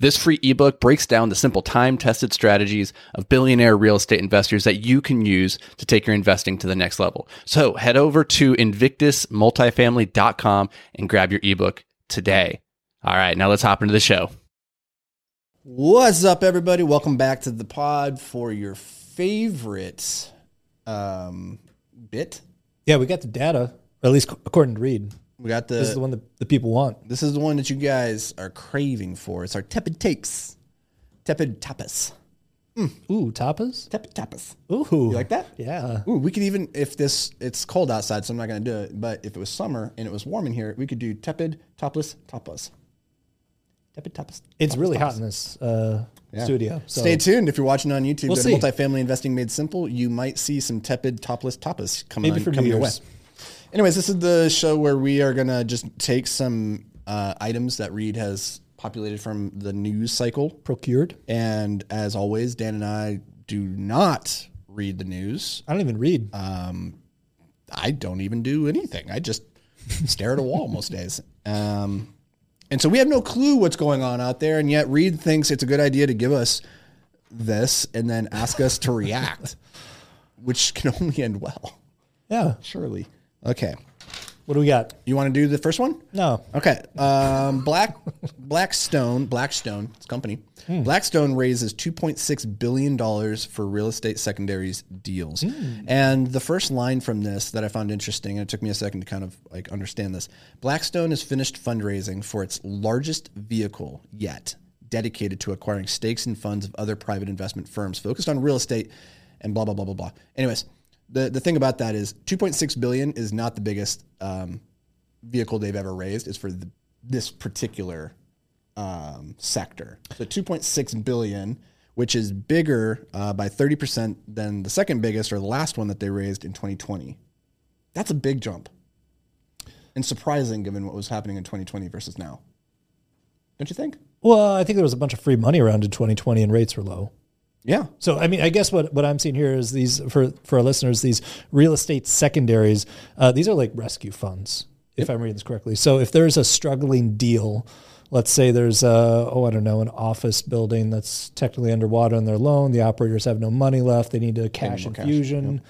This free ebook breaks down the simple time tested strategies of billionaire real estate investors that you can use to take your investing to the next level. So head over to invictusmultifamily.com and grab your ebook today. All right, now let's hop into the show. What's up, everybody? Welcome back to the pod for your favorite um, bit. Yeah, we got the data, or at least according to Reed. We got the This is the one that the people want. This is the one that you guys are craving for. It's our tepid takes, tepid tapas, Ooh, tapas. tepid tapas. Ooh, You like that? Yeah. Ooh, we could even if this it's cold outside, so I'm not gonna do it. But if it was summer and it was warm in here, we could do tepid topless tapas. Tepid tapas. It's really hot in this uh, studio. So Stay tuned if you're watching on YouTube. We'll go to see. Multifamily Investing Made Simple. You might see some tepid topless tapas coming, Maybe on, for New coming your way. Year's. Anyways, this is the show where we are gonna just take some uh, items that Reed has populated from the news cycle, procured. and as always, Dan and I do not read the news. I don't even read. Uh. I don't even do anything. I just stare at a wall most days. Um, and so we have no clue what's going on out there, and yet Reed thinks it's a good idea to give us this and then ask us to react, which can only end well, yeah. surely. Okay, What do we got? you want to do the first one? No. Okay. Um, Black Blackstone Blackstone its a company Blackstone raises 2.6 billion dollars for real estate secondaries deals. And the first line from this that I found interesting, and it took me a second to kind of like understand this. Blackstone has finished fundraising for its largest vehicle yet, dedicated to acquiring stakes in funds of other private investment firms focused on real estate, and blah blah blah blah blah. Anyways. The, the thing about that is 2.6 billion is not the biggest um, vehicle they've ever raised is for th this particular um, sector. So 2.6 billion, which is bigger uh, by 30% than the second biggest or the last one that they raised in 2020. That's a big jump. And surprising given what was happening in 2020 versus now. Don't you think? Well, I think there was a bunch of free money around in 2020, and rates were low. Yeah. So I mean, I guess what, what I'm seeing here is these for for our listeners, these real estate secondaries. Uh, these are like rescue funds, if I'm reading this correctly. So if there's a struggling deal, let's say there's a oh I don't know an office building that's technically underwater on their loan, the operators have no money left, they need a cash infusion.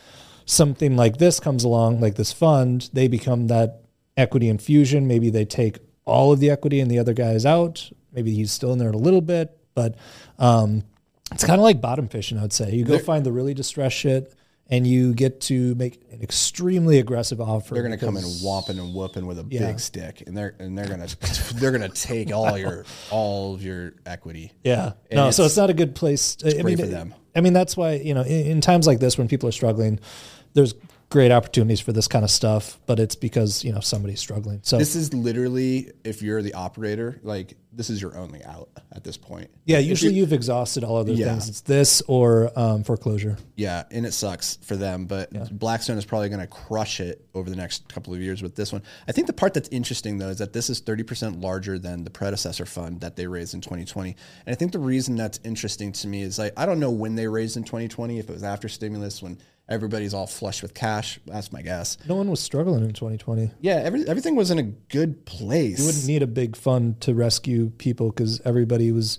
Something like this comes along, like this fund, they become that equity infusion. Maybe they take all of the equity and the other guy is out. Maybe he's still in there a little bit, but um, it's kind of like bottom fishing, I would say. You go find the really distressed shit and you get to make an extremely aggressive offer. They're gonna come in whopping and whooping with a big stick, and they're and they're gonna they're gonna take all your all of your equity. Yeah. No, so it's- it's not a good place. I mean, for them. I mean, that's why, you know, in, in times like this when people are struggling, there's great opportunities for this kind of stuff, but it's because, you know, somebody's struggling. So, This is literally, if you're the operator, like this is your only out at this point. yeah, usually you, have exhausted all other Yeah. things. It's this or um, foreclosure. Yeah, and it sucks for them, but Blackstone is probably going to crush it over the next couple of years with this one. I think the part that's interesting though is that this is 30% larger than the predecessor fund that they raised in 2020. And I think the reason that's interesting to me is like I don't know when they raised in 2020, if it was after stimulus when everybody's all flush with cash, that's my guess. No one was struggling in 2020. Yeah, every, everything was in a good place. wouldn't need a big fund to rescue people because everybody was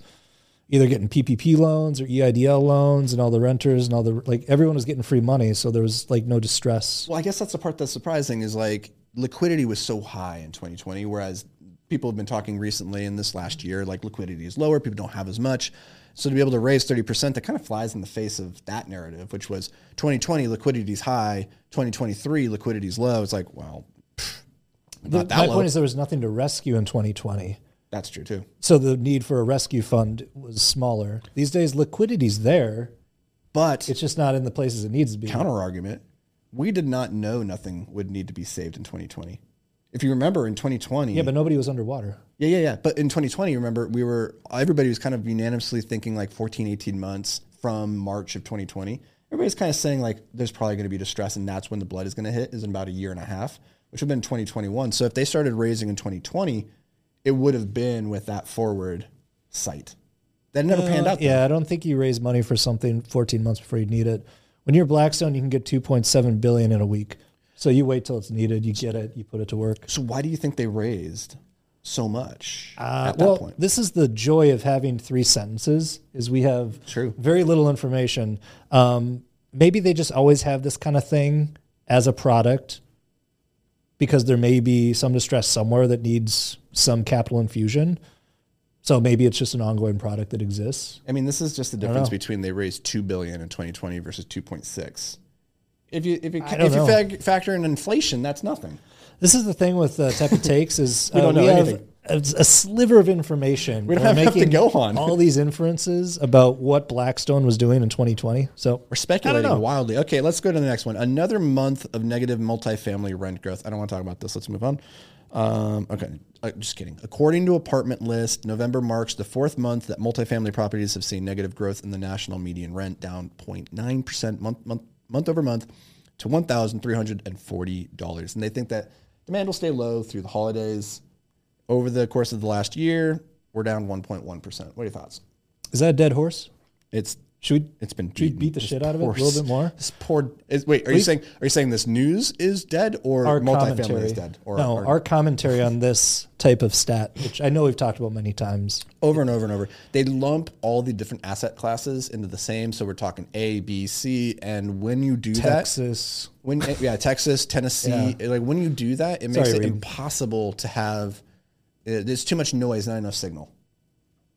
either getting PPP loans or E EIDL loans, and all the renters and all the like everyone was getting free money, so there was like no distress. Well, I guess that's the part that's surprising is like liquidity was so high in 2020, whereas people have been talking recently in this last year, like liquidity is lower, people don't have as much. So to be able to raise 30%, that kind of flies in the face of that narrative, which was 2020, liquidity's high, 2023, liquidity's low. It's like, well, pfft, not My that low. point is there was nothing to rescue in 2020, that's true too. so the need for a rescue fund was smaller. These days, liquidity's there; But it's just not in the places it needs to be. counter argument, we did not know nothing would need to be saved in 2020. If you remember in 2020, yeah, but nobody was underwater. Yeah, yeah, yeah. But in 2020, remember, we were everybody was kind of unanimously thinking like 14, 18 months from March of 2020. Everybody's kind of saying like there's probably going to be distress, and that's when the blood is going to hit is in about a year and a half. which would have been 2021. So if they started raising in 2020, it would have been with that forward sight. That never panned out. though. Yeah, I don't think you raise money for something 14 months before you need it. When you're Blackstone, you can get 2.7 billion in a week. So you wait till it's needed, you get it, you put it to work. So why do you think they raised so much Uh, at that well, point? this is the joy of having three sentences: is we have True. very little information. Um, maybe they just always have this kind of thing as a product because there may be some distress somewhere that needs some capital infusion. So maybe it's just an ongoing product that exists. I mean, this is just the difference between they raised two billion in 2020 versus 2.6. If you if you don't if you know. fac factor in inflation, that's nothing. This is the thing with uh, Tech It Takes is uh, we don't know have anything. A, a sliver of information. We don't have to go on. all these inferences about what Blackstone was doing in 2020. So We're speculating wildly. Okay, let's go to the next one. Another month of negative multifamily rent growth. I don't want to talk about this. Let's move on. Um, okay, uh, just kidding. According to Apartment List, November marks the fourth month that multifamily properties have seen negative growth in the national median rent, down 0.9 percent month month month over month to one thousand three hundred and forty dollars. And they think that demand will stay low through the holidays. Over the course of the last year, we're down 1.1 percent. What are your thoughts? is that a dead horse? It's Should we it's been we beaten. beat the This shit out of it a poor little s- bit more? This poor. Is, wait, are you saying are you saying this news is dead or our multifamily commentary. is dead or, no, or our commentary on this type of stat, which I know we've talked about many times. over and over and over? They lump all the different asset classes into the same. So we're talking A, B, C, and when you do that, Texas. when eh, yeah, Texas, Tennessee, eh, like when you do that, it makes Sorry, it Reed. impossible to have. Uh, there's too much noise, not enough signal.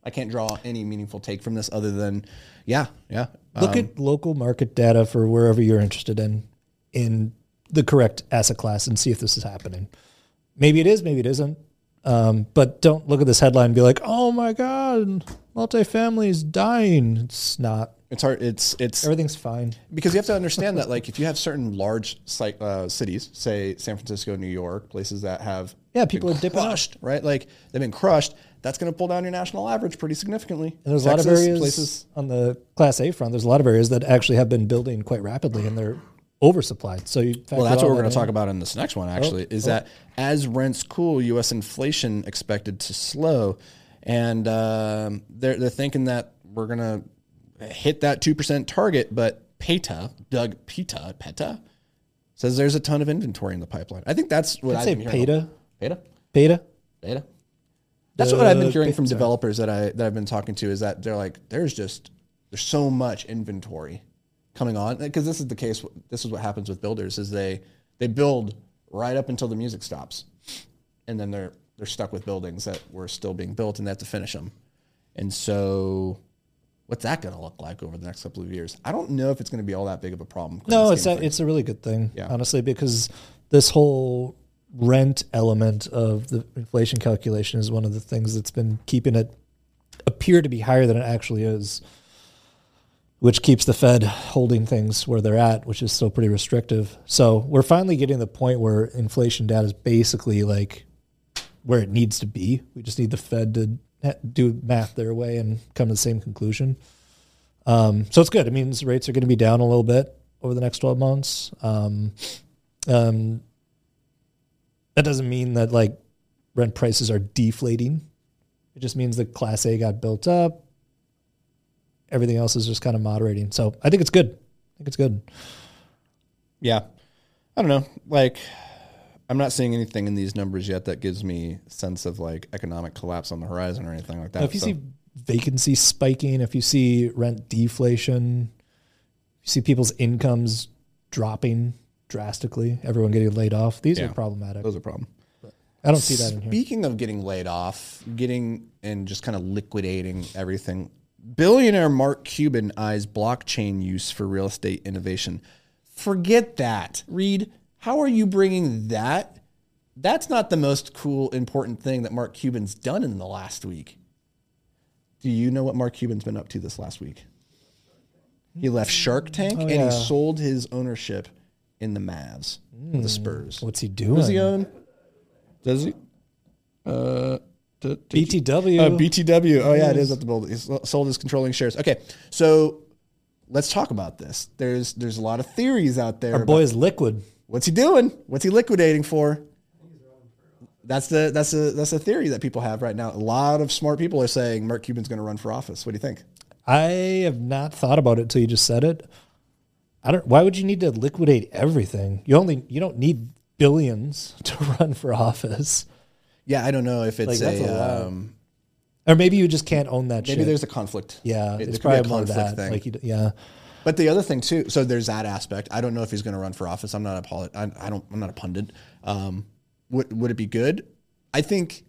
I can't draw any meaningful take from this other than, yeah, yeah. Uh, Look um, at local market data for wherever you're interested in, in the correct asset class, and see if this is happening. Maybe it is, maybe it isn't. Um, but don't look at this headline and be like, "Oh my God, multifamily is dying." It's not. It's hard. It's it's Everything's fine. because you have to understand that like if you have certain large site, uh, cities say san francisco new york places that have Yeah, people been are dipping out. crushed right like they've been crushed that's going to pull down your national average pretty significantly And there's a lot of areas on the Class A front. There's a lot of areas that actually have been building quite rapidly, and they're oversupplied. So you well that's what we're going to talk about in this Oh, next one actually is that as rents cool us inflation expected to slow and um, they're, they're thinking that we're going to hit that 2% target but peta doug peta peta says there's a ton of inventory in the pipeline i think that's what I'd i've say been hearing a Peta. Beta, Beta. beta. That's what I've been Uh, hearing from developers that I that I've been talking to is that they're like, there's just there's so much inventory coming on because this is the case. This is what happens with builders is they they build right up until the music stops, and then they're they're stuck with buildings that were still being built and they have to finish them. And so, what's that going to look like over the next couple of years? I don't know if it's going to be all that big of a problem. No, it's a, it's a really good thing, honestly, because this whole rent element of the inflation calculation is one of the things that's been keeping it appear to be higher than it actually is, which keeps the Fed holding things where they're at, which is still pretty restrictive. So we're finally getting to the point where inflation data is basically like where it needs to be. We just need the Fed to ha- do math their way and come to the same conclusion. Um, so it's good. It means rates are going to be down a little bit over the next 12 months. Um, um, that doesn't mean that like rent prices are deflating. It just means that Class A got built up. Everything else is just kind of moderating. So I think it's good. I think it's good. yeah. I don't know. Like, I'm not seeing anything in these numbers yet that gives me sense of like economic collapse on the horizon or anything like that. Now, if you So- see vacancy spiking, if you see rent deflation, you see people's incomes dropping drastically, everyone getting laid off, these Yeah. are problematic. those are a problem. I don't see that in here. Speaking of getting laid off, getting and just kind of liquidating everything, billionaire Mark Cuban eyes blockchain use for real estate innovation. Forget that, Reed. How are you bringing that? That's not the most cool, important thing that Mark Cuban's done in the last week. Do you know what Mark Cuban's been up to this last week? He left Shark Tank and Oh, yeah. he sold his ownership in the Mavs, with Hmm. the Spurs. What's he doing? Does he own? Does he? Uh, d- d- BTW. uh, BTW. Oh yeah, it is at the building. He s- sold his controlling shares. Okay, so let's talk about this. There's there's a lot of theories out there. Our boy is liquid. What's he doing? What's he liquidating for? That's the that's a that's a theory that people have right now. A lot of smart people are saying Mark Cuban's going to run for office. What do you think? I have not thought about it till you just said it. I don't. Why would you need to liquidate everything? You only you don't need billions to run for office, Yeah, I don't know if it's that's a, a lot. um, or maybe you just can't own that maybe shit. there's a conflict. yeah, It- it's there could be probably more that. Like you, d- yeah, But the other thing too, so there's that aspect. I don't know if he's going to run for office. I'm not a polit- I, I don't. I'm not a pundit. Um, would would it be good? I think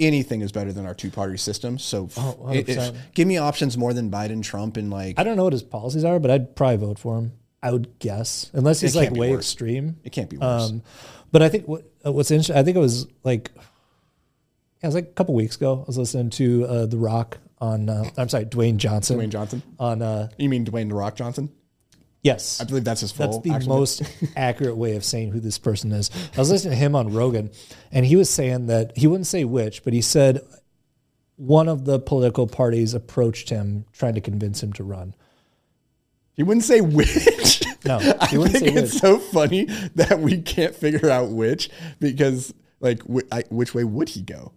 anything is better than our two party system. So Oh, f- if- 100%. give me options more than Biden, Trump, and like I don't know what his policies are, but I'd probably vote for him. I would guess, unless he's can't like be way worse. extreme. it can't be worse. Um, but I think what uh, what's interesting, I think it was like, yeah, it was like a couple weeks ago. I was listening to uh, The Rock on, uh, I'm sorry, Dwayne Johnson. Dwayne Johnson. on, uh, You mean Dwayne the Rock Johnson? yes, I believe that's his full. that's the actual name. most accurate way of saying who this person is. I was listening to him on Rogan, and he was saying that he wouldn't say which, but he said one of the political parties approached him trying to convince him to run. He wouldn't say which. No, I he wouldn't think say which. it's so funny that we can't figure out which because like wh- I, which way would he go?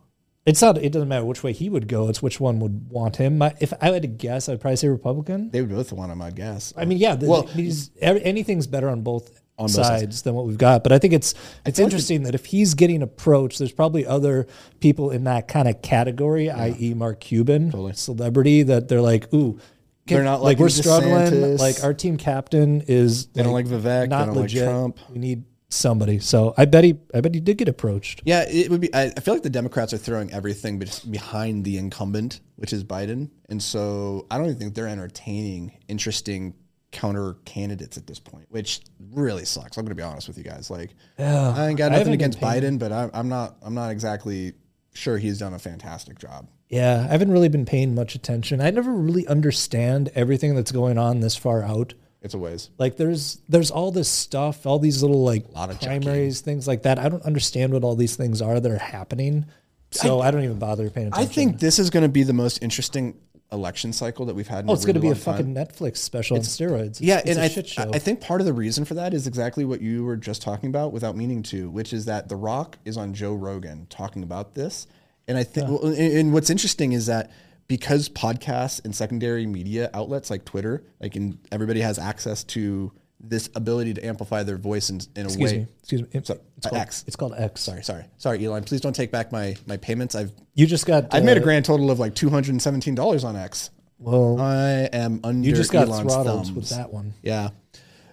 It's not. It doesn't matter which way he would go. It's which one would want him. My, if I had to guess, I'd probably say Republican. They would both want him, I guess. I mean, yeah. The, Well- these, every, anything's better on both both sides, sides. than what we've got. But I think it's it's feel like interesting that if he's getting approached, there's probably other people in that kind of category, i.e., Mark Cuban, celebrity, that they're like, ooh. can- They're not liking we're struggling. DeSantis. Like our team captain is they don't like Vivek, they don't like Trump. We need somebody. So I bet he I bet he did get approached. Yeah, it would be. I, I feel like the Democrats are throwing everything be- behind the incumbent, which is Biden, and so I don't even think they're entertaining interesting counter candidates at this point, which really sucks. I'm going to be honest with you guys. Like, I ain't got nothing haven't been against Biden, but I'm, I'm not. I'm not exactly sure he's done a fantastic job. Yeah, I haven't really been paying much attention. I never really understand everything that's going on this far out. It's a ways. Like there's there's all this stuff, all these little like Lot of primaries, things like that. I don't understand what all these things are that are happening. So I, don't even bother paying I attention. think this is going to be the most interesting election cycle that we've had. In oh, it's going to be a long time. fucking Netflix special on steroids. It's, Yeah, it's and a I, shit show. I think part of the reason for that is exactly what you were just talking about without meaning to, which is that The Rock is on Joe Rogan talking about this. And I think, well, and, and what's interesting is that because podcasts and secondary media outlets like Twitter, like, and everybody has access to this ability to amplify their voice in, in a excuse way. me, excuse me. It- Sorry, it's called X. It's called X. Sorry, Sorry, sorry, Elon. Please don't take back my my payments. I've you just got. I've made a uh, grand total of like two hundred and seventeen dollars on X. Well, I am under you just got Elon's throttled thumbs. with that one. Yeah.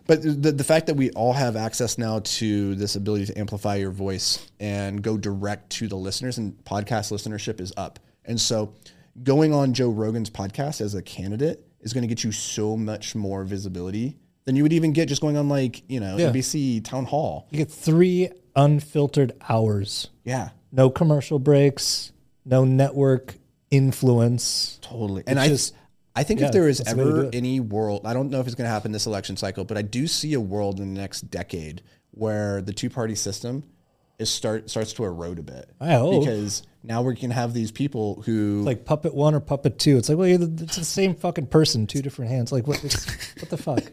But the, the fact that we all have access now to this ability to amplify your voice and go direct to the listeners and podcast listenership is up. And so going on Joe Rogan's podcast as a candidate is going to get you so much more visibility than you would even get just going on like, you know, NBC town hall. You get three unfiltered hours. Yeah, no commercial breaks, no network influence. totally. And I just- I think yeah, if there is that's the way to do ever it. any world, I don't know if it's going to happen this election cycle, but I do see a world in the next decade where the two-party system is start starts to erode a bit. I hope. because now we can have these people who Like puppet one or puppet two. It's like, well, you're the, it's the same fucking person, two different hands. Like, what? It's, what the fuck?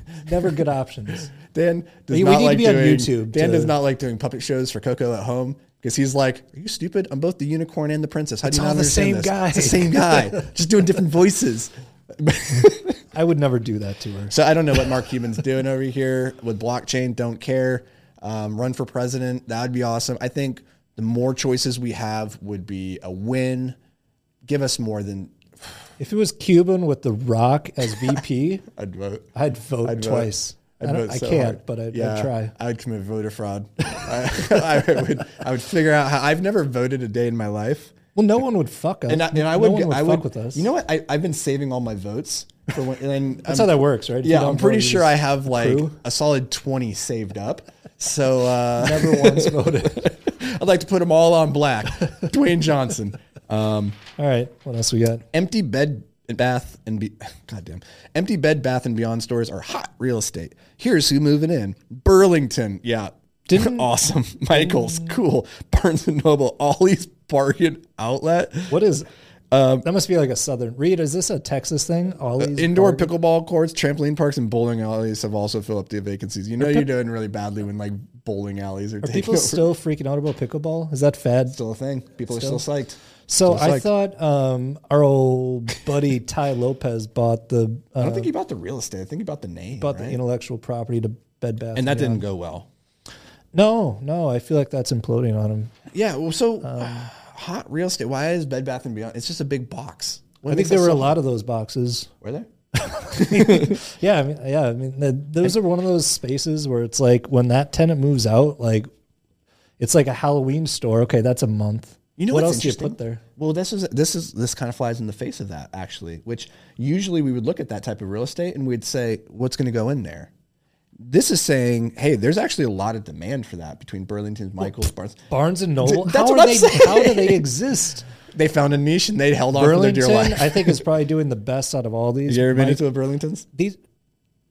Never good options. Dan does We- we not need to like be on doing, YouTube Dan to- does not like doing puppet shows for Coco at home because he's like, "Are you stupid? I'm both the unicorn and the princess. How do you all not the understand same this? guy." It's the same guy, just doing different voices." I would never do that to her. So I don't know what Mark Cuban's doing over here with blockchain. Don't care. Um, run for president. That would be awesome. I think the more choices we have would be a win. Give us more than If it was Cuban with The Rock as VP, I'd vote. I'd vote twice. I'd I, don't- vote I so can't, hard. but I, Yeah, I'd try. I would commit voter fraud. I, I would. I would figure out how. I've never voted a day in my life, Well, no one would fuck us. and I, and I No would. one I would. fuck with us. You know what? I, I've been saving all my votes for when. And that's how that works, right? If you Yeah, don't I'm pretty vote, you sure I just have like crew. a solid twenty saved up. So uh, never once voted. I'd like to put them all on black. Dwayne Johnson. Um, All right, what else we got? empty bed and bath and be goddamn empty bed bath and beyond stores are hot real estate. Here's who moving in: Burlington. Yeah, Didn't- awesome. Michaels, cool. Barnes and Noble, Ollie's Bargain Outlet. What is Um, that must be like a southern. Reed, is this a Texas thing? Ollie's uh, Indoor Oregon? pickleball courts, trampoline parks, and bowling alleys have also filled up the vacancies. You know you're doing really badly when like bowling alleys are, taking People over. still freaking out about pickleball. Is that fad? still a thing. People are still psyched. So Still I psyched. thought um, our old buddy Ty Lopez bought the I uh, don't think he bought the real estate. I think he bought the name. bought right? the intellectual property to Bed Bath. and that didn't go well. No, no, I feel like that's imploding on him. Yeah. Well, so Um, hot real estate. Why is Bed Bath and Beyond? It's just a big box. What I think makes there us were a so- lot of those boxes. Were there? Yeah, I mean, yeah, I mean, the, those are one of those spaces where it's like when that tenant moves out, like it's like a Halloween store. Okay, that's a month. You know what what's else do you put interesting? there? Well, this is this is this kind of flies in the face of that actually, which usually we would look at that type of real estate and we'd say, what's going to go in there? This is saying, hey, there's actually a lot of demand for that between Burlington's, Michaels, Barnes. Barnes and Th- Noble. how that's are what I'm they? saying. How do they exist? They found a niche and they held on for their dear Burlington, life. I think, is probably doing the best out of all these. you ever been Mike, into a Burlington's? these?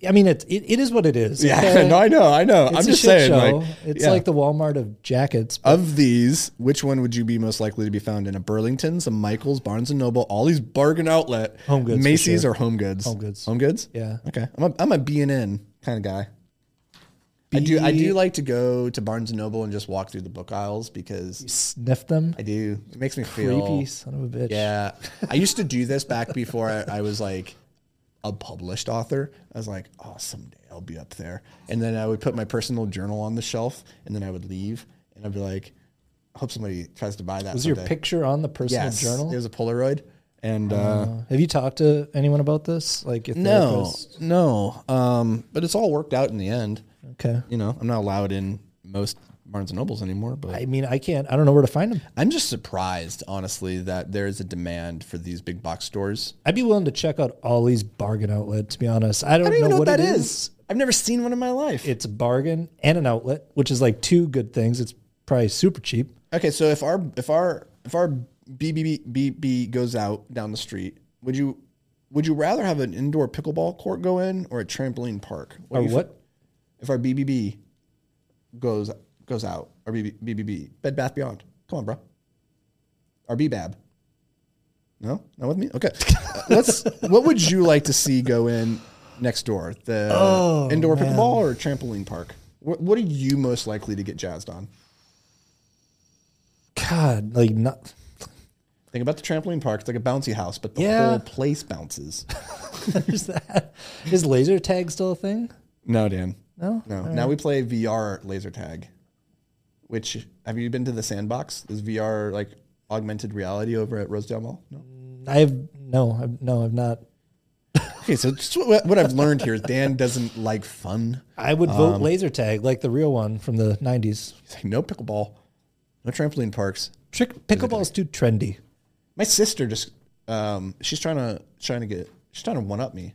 I mean, it, it it is what it is. Yeah, okay? no, I know, I know. It's I'm a just shit saying, show. like, it's yeah. like the Walmart of jackets. of these, which one would you be most likely to be found in? A Burlington's, a Michaels, Barnes and Noble, all these bargain outlet, Home Goods, for Macy's, sure. or Home Goods. Home Goods. Home Goods. Yeah. Okay. I'm a I'm a B and N kind of guy. I do I do like to go to Barnes and Noble and just walk through the book aisles because Sniff them. I do. It makes me feel Creepy son of a bitch. yeah. I used to do this back before I, I was like a published author. I was like, oh, someday I'll be up there. And then I would put my personal journal on the shelf and then I would leave and I'd be like, I hope somebody tries to buy that. Was your someday. picture on the personal yes. journal? Oh, It was a Polaroid. And uh, Have you talked to anyone about this? Like your no, therapist? no. Um, but it's all worked out in the end. Okay. You know, I'm not allowed in most Barnes and Nobles anymore, but I mean, I can't. I don't know where to find them. I'm just surprised, honestly, that there is a demand for these big box stores. I'd be willing to check out Ollie's Bargain Outlet. To be honest, I don't, I don't even know, what, what that it is. I've never seen one in my life. It's a bargain and an outlet, which is like two good things. It's probably super cheap. okay, so if our if our if our BBB goes out down the street, would you would you rather have an indoor pickleball court go in or a trampoline park? What Or do you- what? If our BBB goes goes out, our BB, BBB Bed Bath Beyond. Come on, bro. Our BBAB. No, not with me. Okay, Uh, let's. What would you like to see go in next door? The indoor pickleball or trampoline park? What, what are you most likely to get jazzed on? God, like not. Think about the trampoline park. It's like a bouncy house, but the Yeah. whole place bounces. There's that. Is laser tag still a thing? no, Dan. No? No. Now we play VR laser tag. Which have you been to the sandbox? Is VR like augmented reality over at Rosedale Mall? No. I've no, I've, no, I've not. Okay, so just what, what I've learned here is Dan doesn't like fun. I would vote laser tag, like the real one from the '90s. He's like, no pickleball, no trampoline parks. Trick pickleball's too trendy. My sister just um, she's trying to trying to get she's trying to one up me.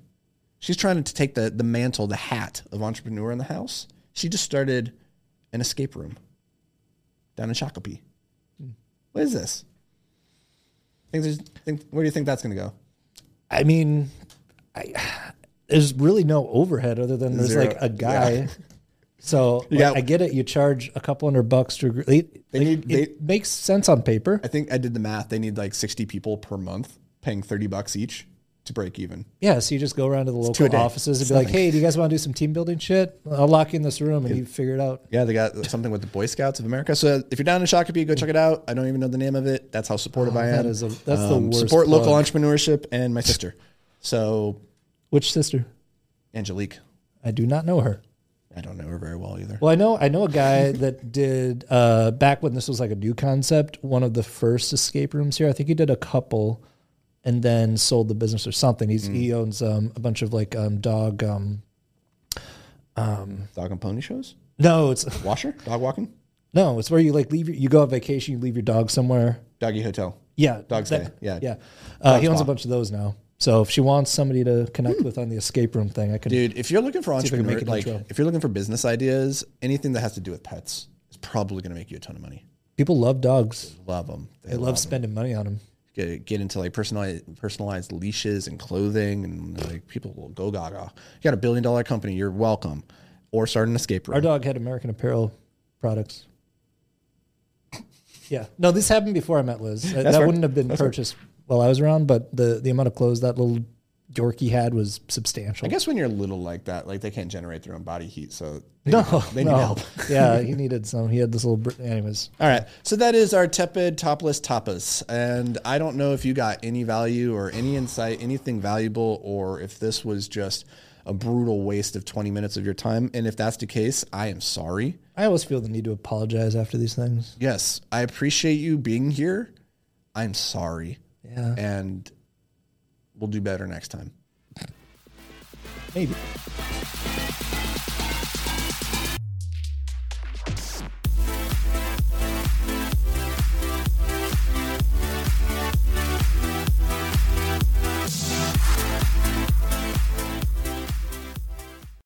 She's trying to take the the mantle, the hat of entrepreneur in the house. She just started an escape room down in Shakopee. What is this? Think there's, think, where do you think that's going to go? I mean, I, there's really no overhead other than there's Zero. like a guy. So like, got- I get it. You charge a couple hundred bucks to. agree- It, They like, need- it makes sense on paper. I think I did the math. They need like 60 people per month paying 30 bucks each to break even. Yeah, so you just go around to the two a local day. offices and be like, "Hey, do you guys want to do some team building shit? I'll lock you in this room and you figure it out." Yeah, they got something with the Boy Scouts of America. So if you're down in Shakopee, go check it out. I don't even know the name of it. That's how supportive I am. Oh, Um, that is a- that's the worst Support local plug. entrepreneurship and my sister. So Which sister? Angelique, I do not know her. I don't know her very well either. Well, I know I know a guy that did uh, back when this was like a new concept. One of the first escape rooms here. I think he did a couple, and then sold the business or something. He's he Mm. owns um, a bunch of like um, dog. Um, Dog and pony shows, no, it's washer, dog walking, no, it's where you like leave your, you go on vacation, you leave your dog somewhere. doggy hotel. Yeah, Dog that- stay, yeah. yeah. Uh, he owns spa. Hmm. a bunch of those now. So if she wants somebody to connect with on the escape room thing, I could. Dude, if you're looking for if I can entrepreneur, make an like intro. if you're looking for business ideas, anything that has to do with pets is probably going to make you a ton of money. People love dogs. Love them. They They love spending money on them. get, get into like personalized personalized leashes and clothing and like people will go gaga. You got a billion dollar company, you're welcome. Or start an escape Our room. dog had American Apparel products. Yeah. No, this happened before I met Liz. That, that fair. wouldn't have been purchased while I was around, but the the amount of clothes that little Yorkie had was substantial. I guess when you're little like that, like they can't generate their own body heat, so they no, need help. they no. need help. yeah, he needed some. He had this little. Brit- Anyways, All right, so that is our tepid topless tapas, and I don't know if you got any value or any insight, anything valuable, or if this was just a brutal waste of 20 minutes of your time. And if that's the case, I am sorry. I always feel the need to apologize after these things. Yes, I appreciate you being here. I'm sorry, Yeah, and we'll do better next time. maybe.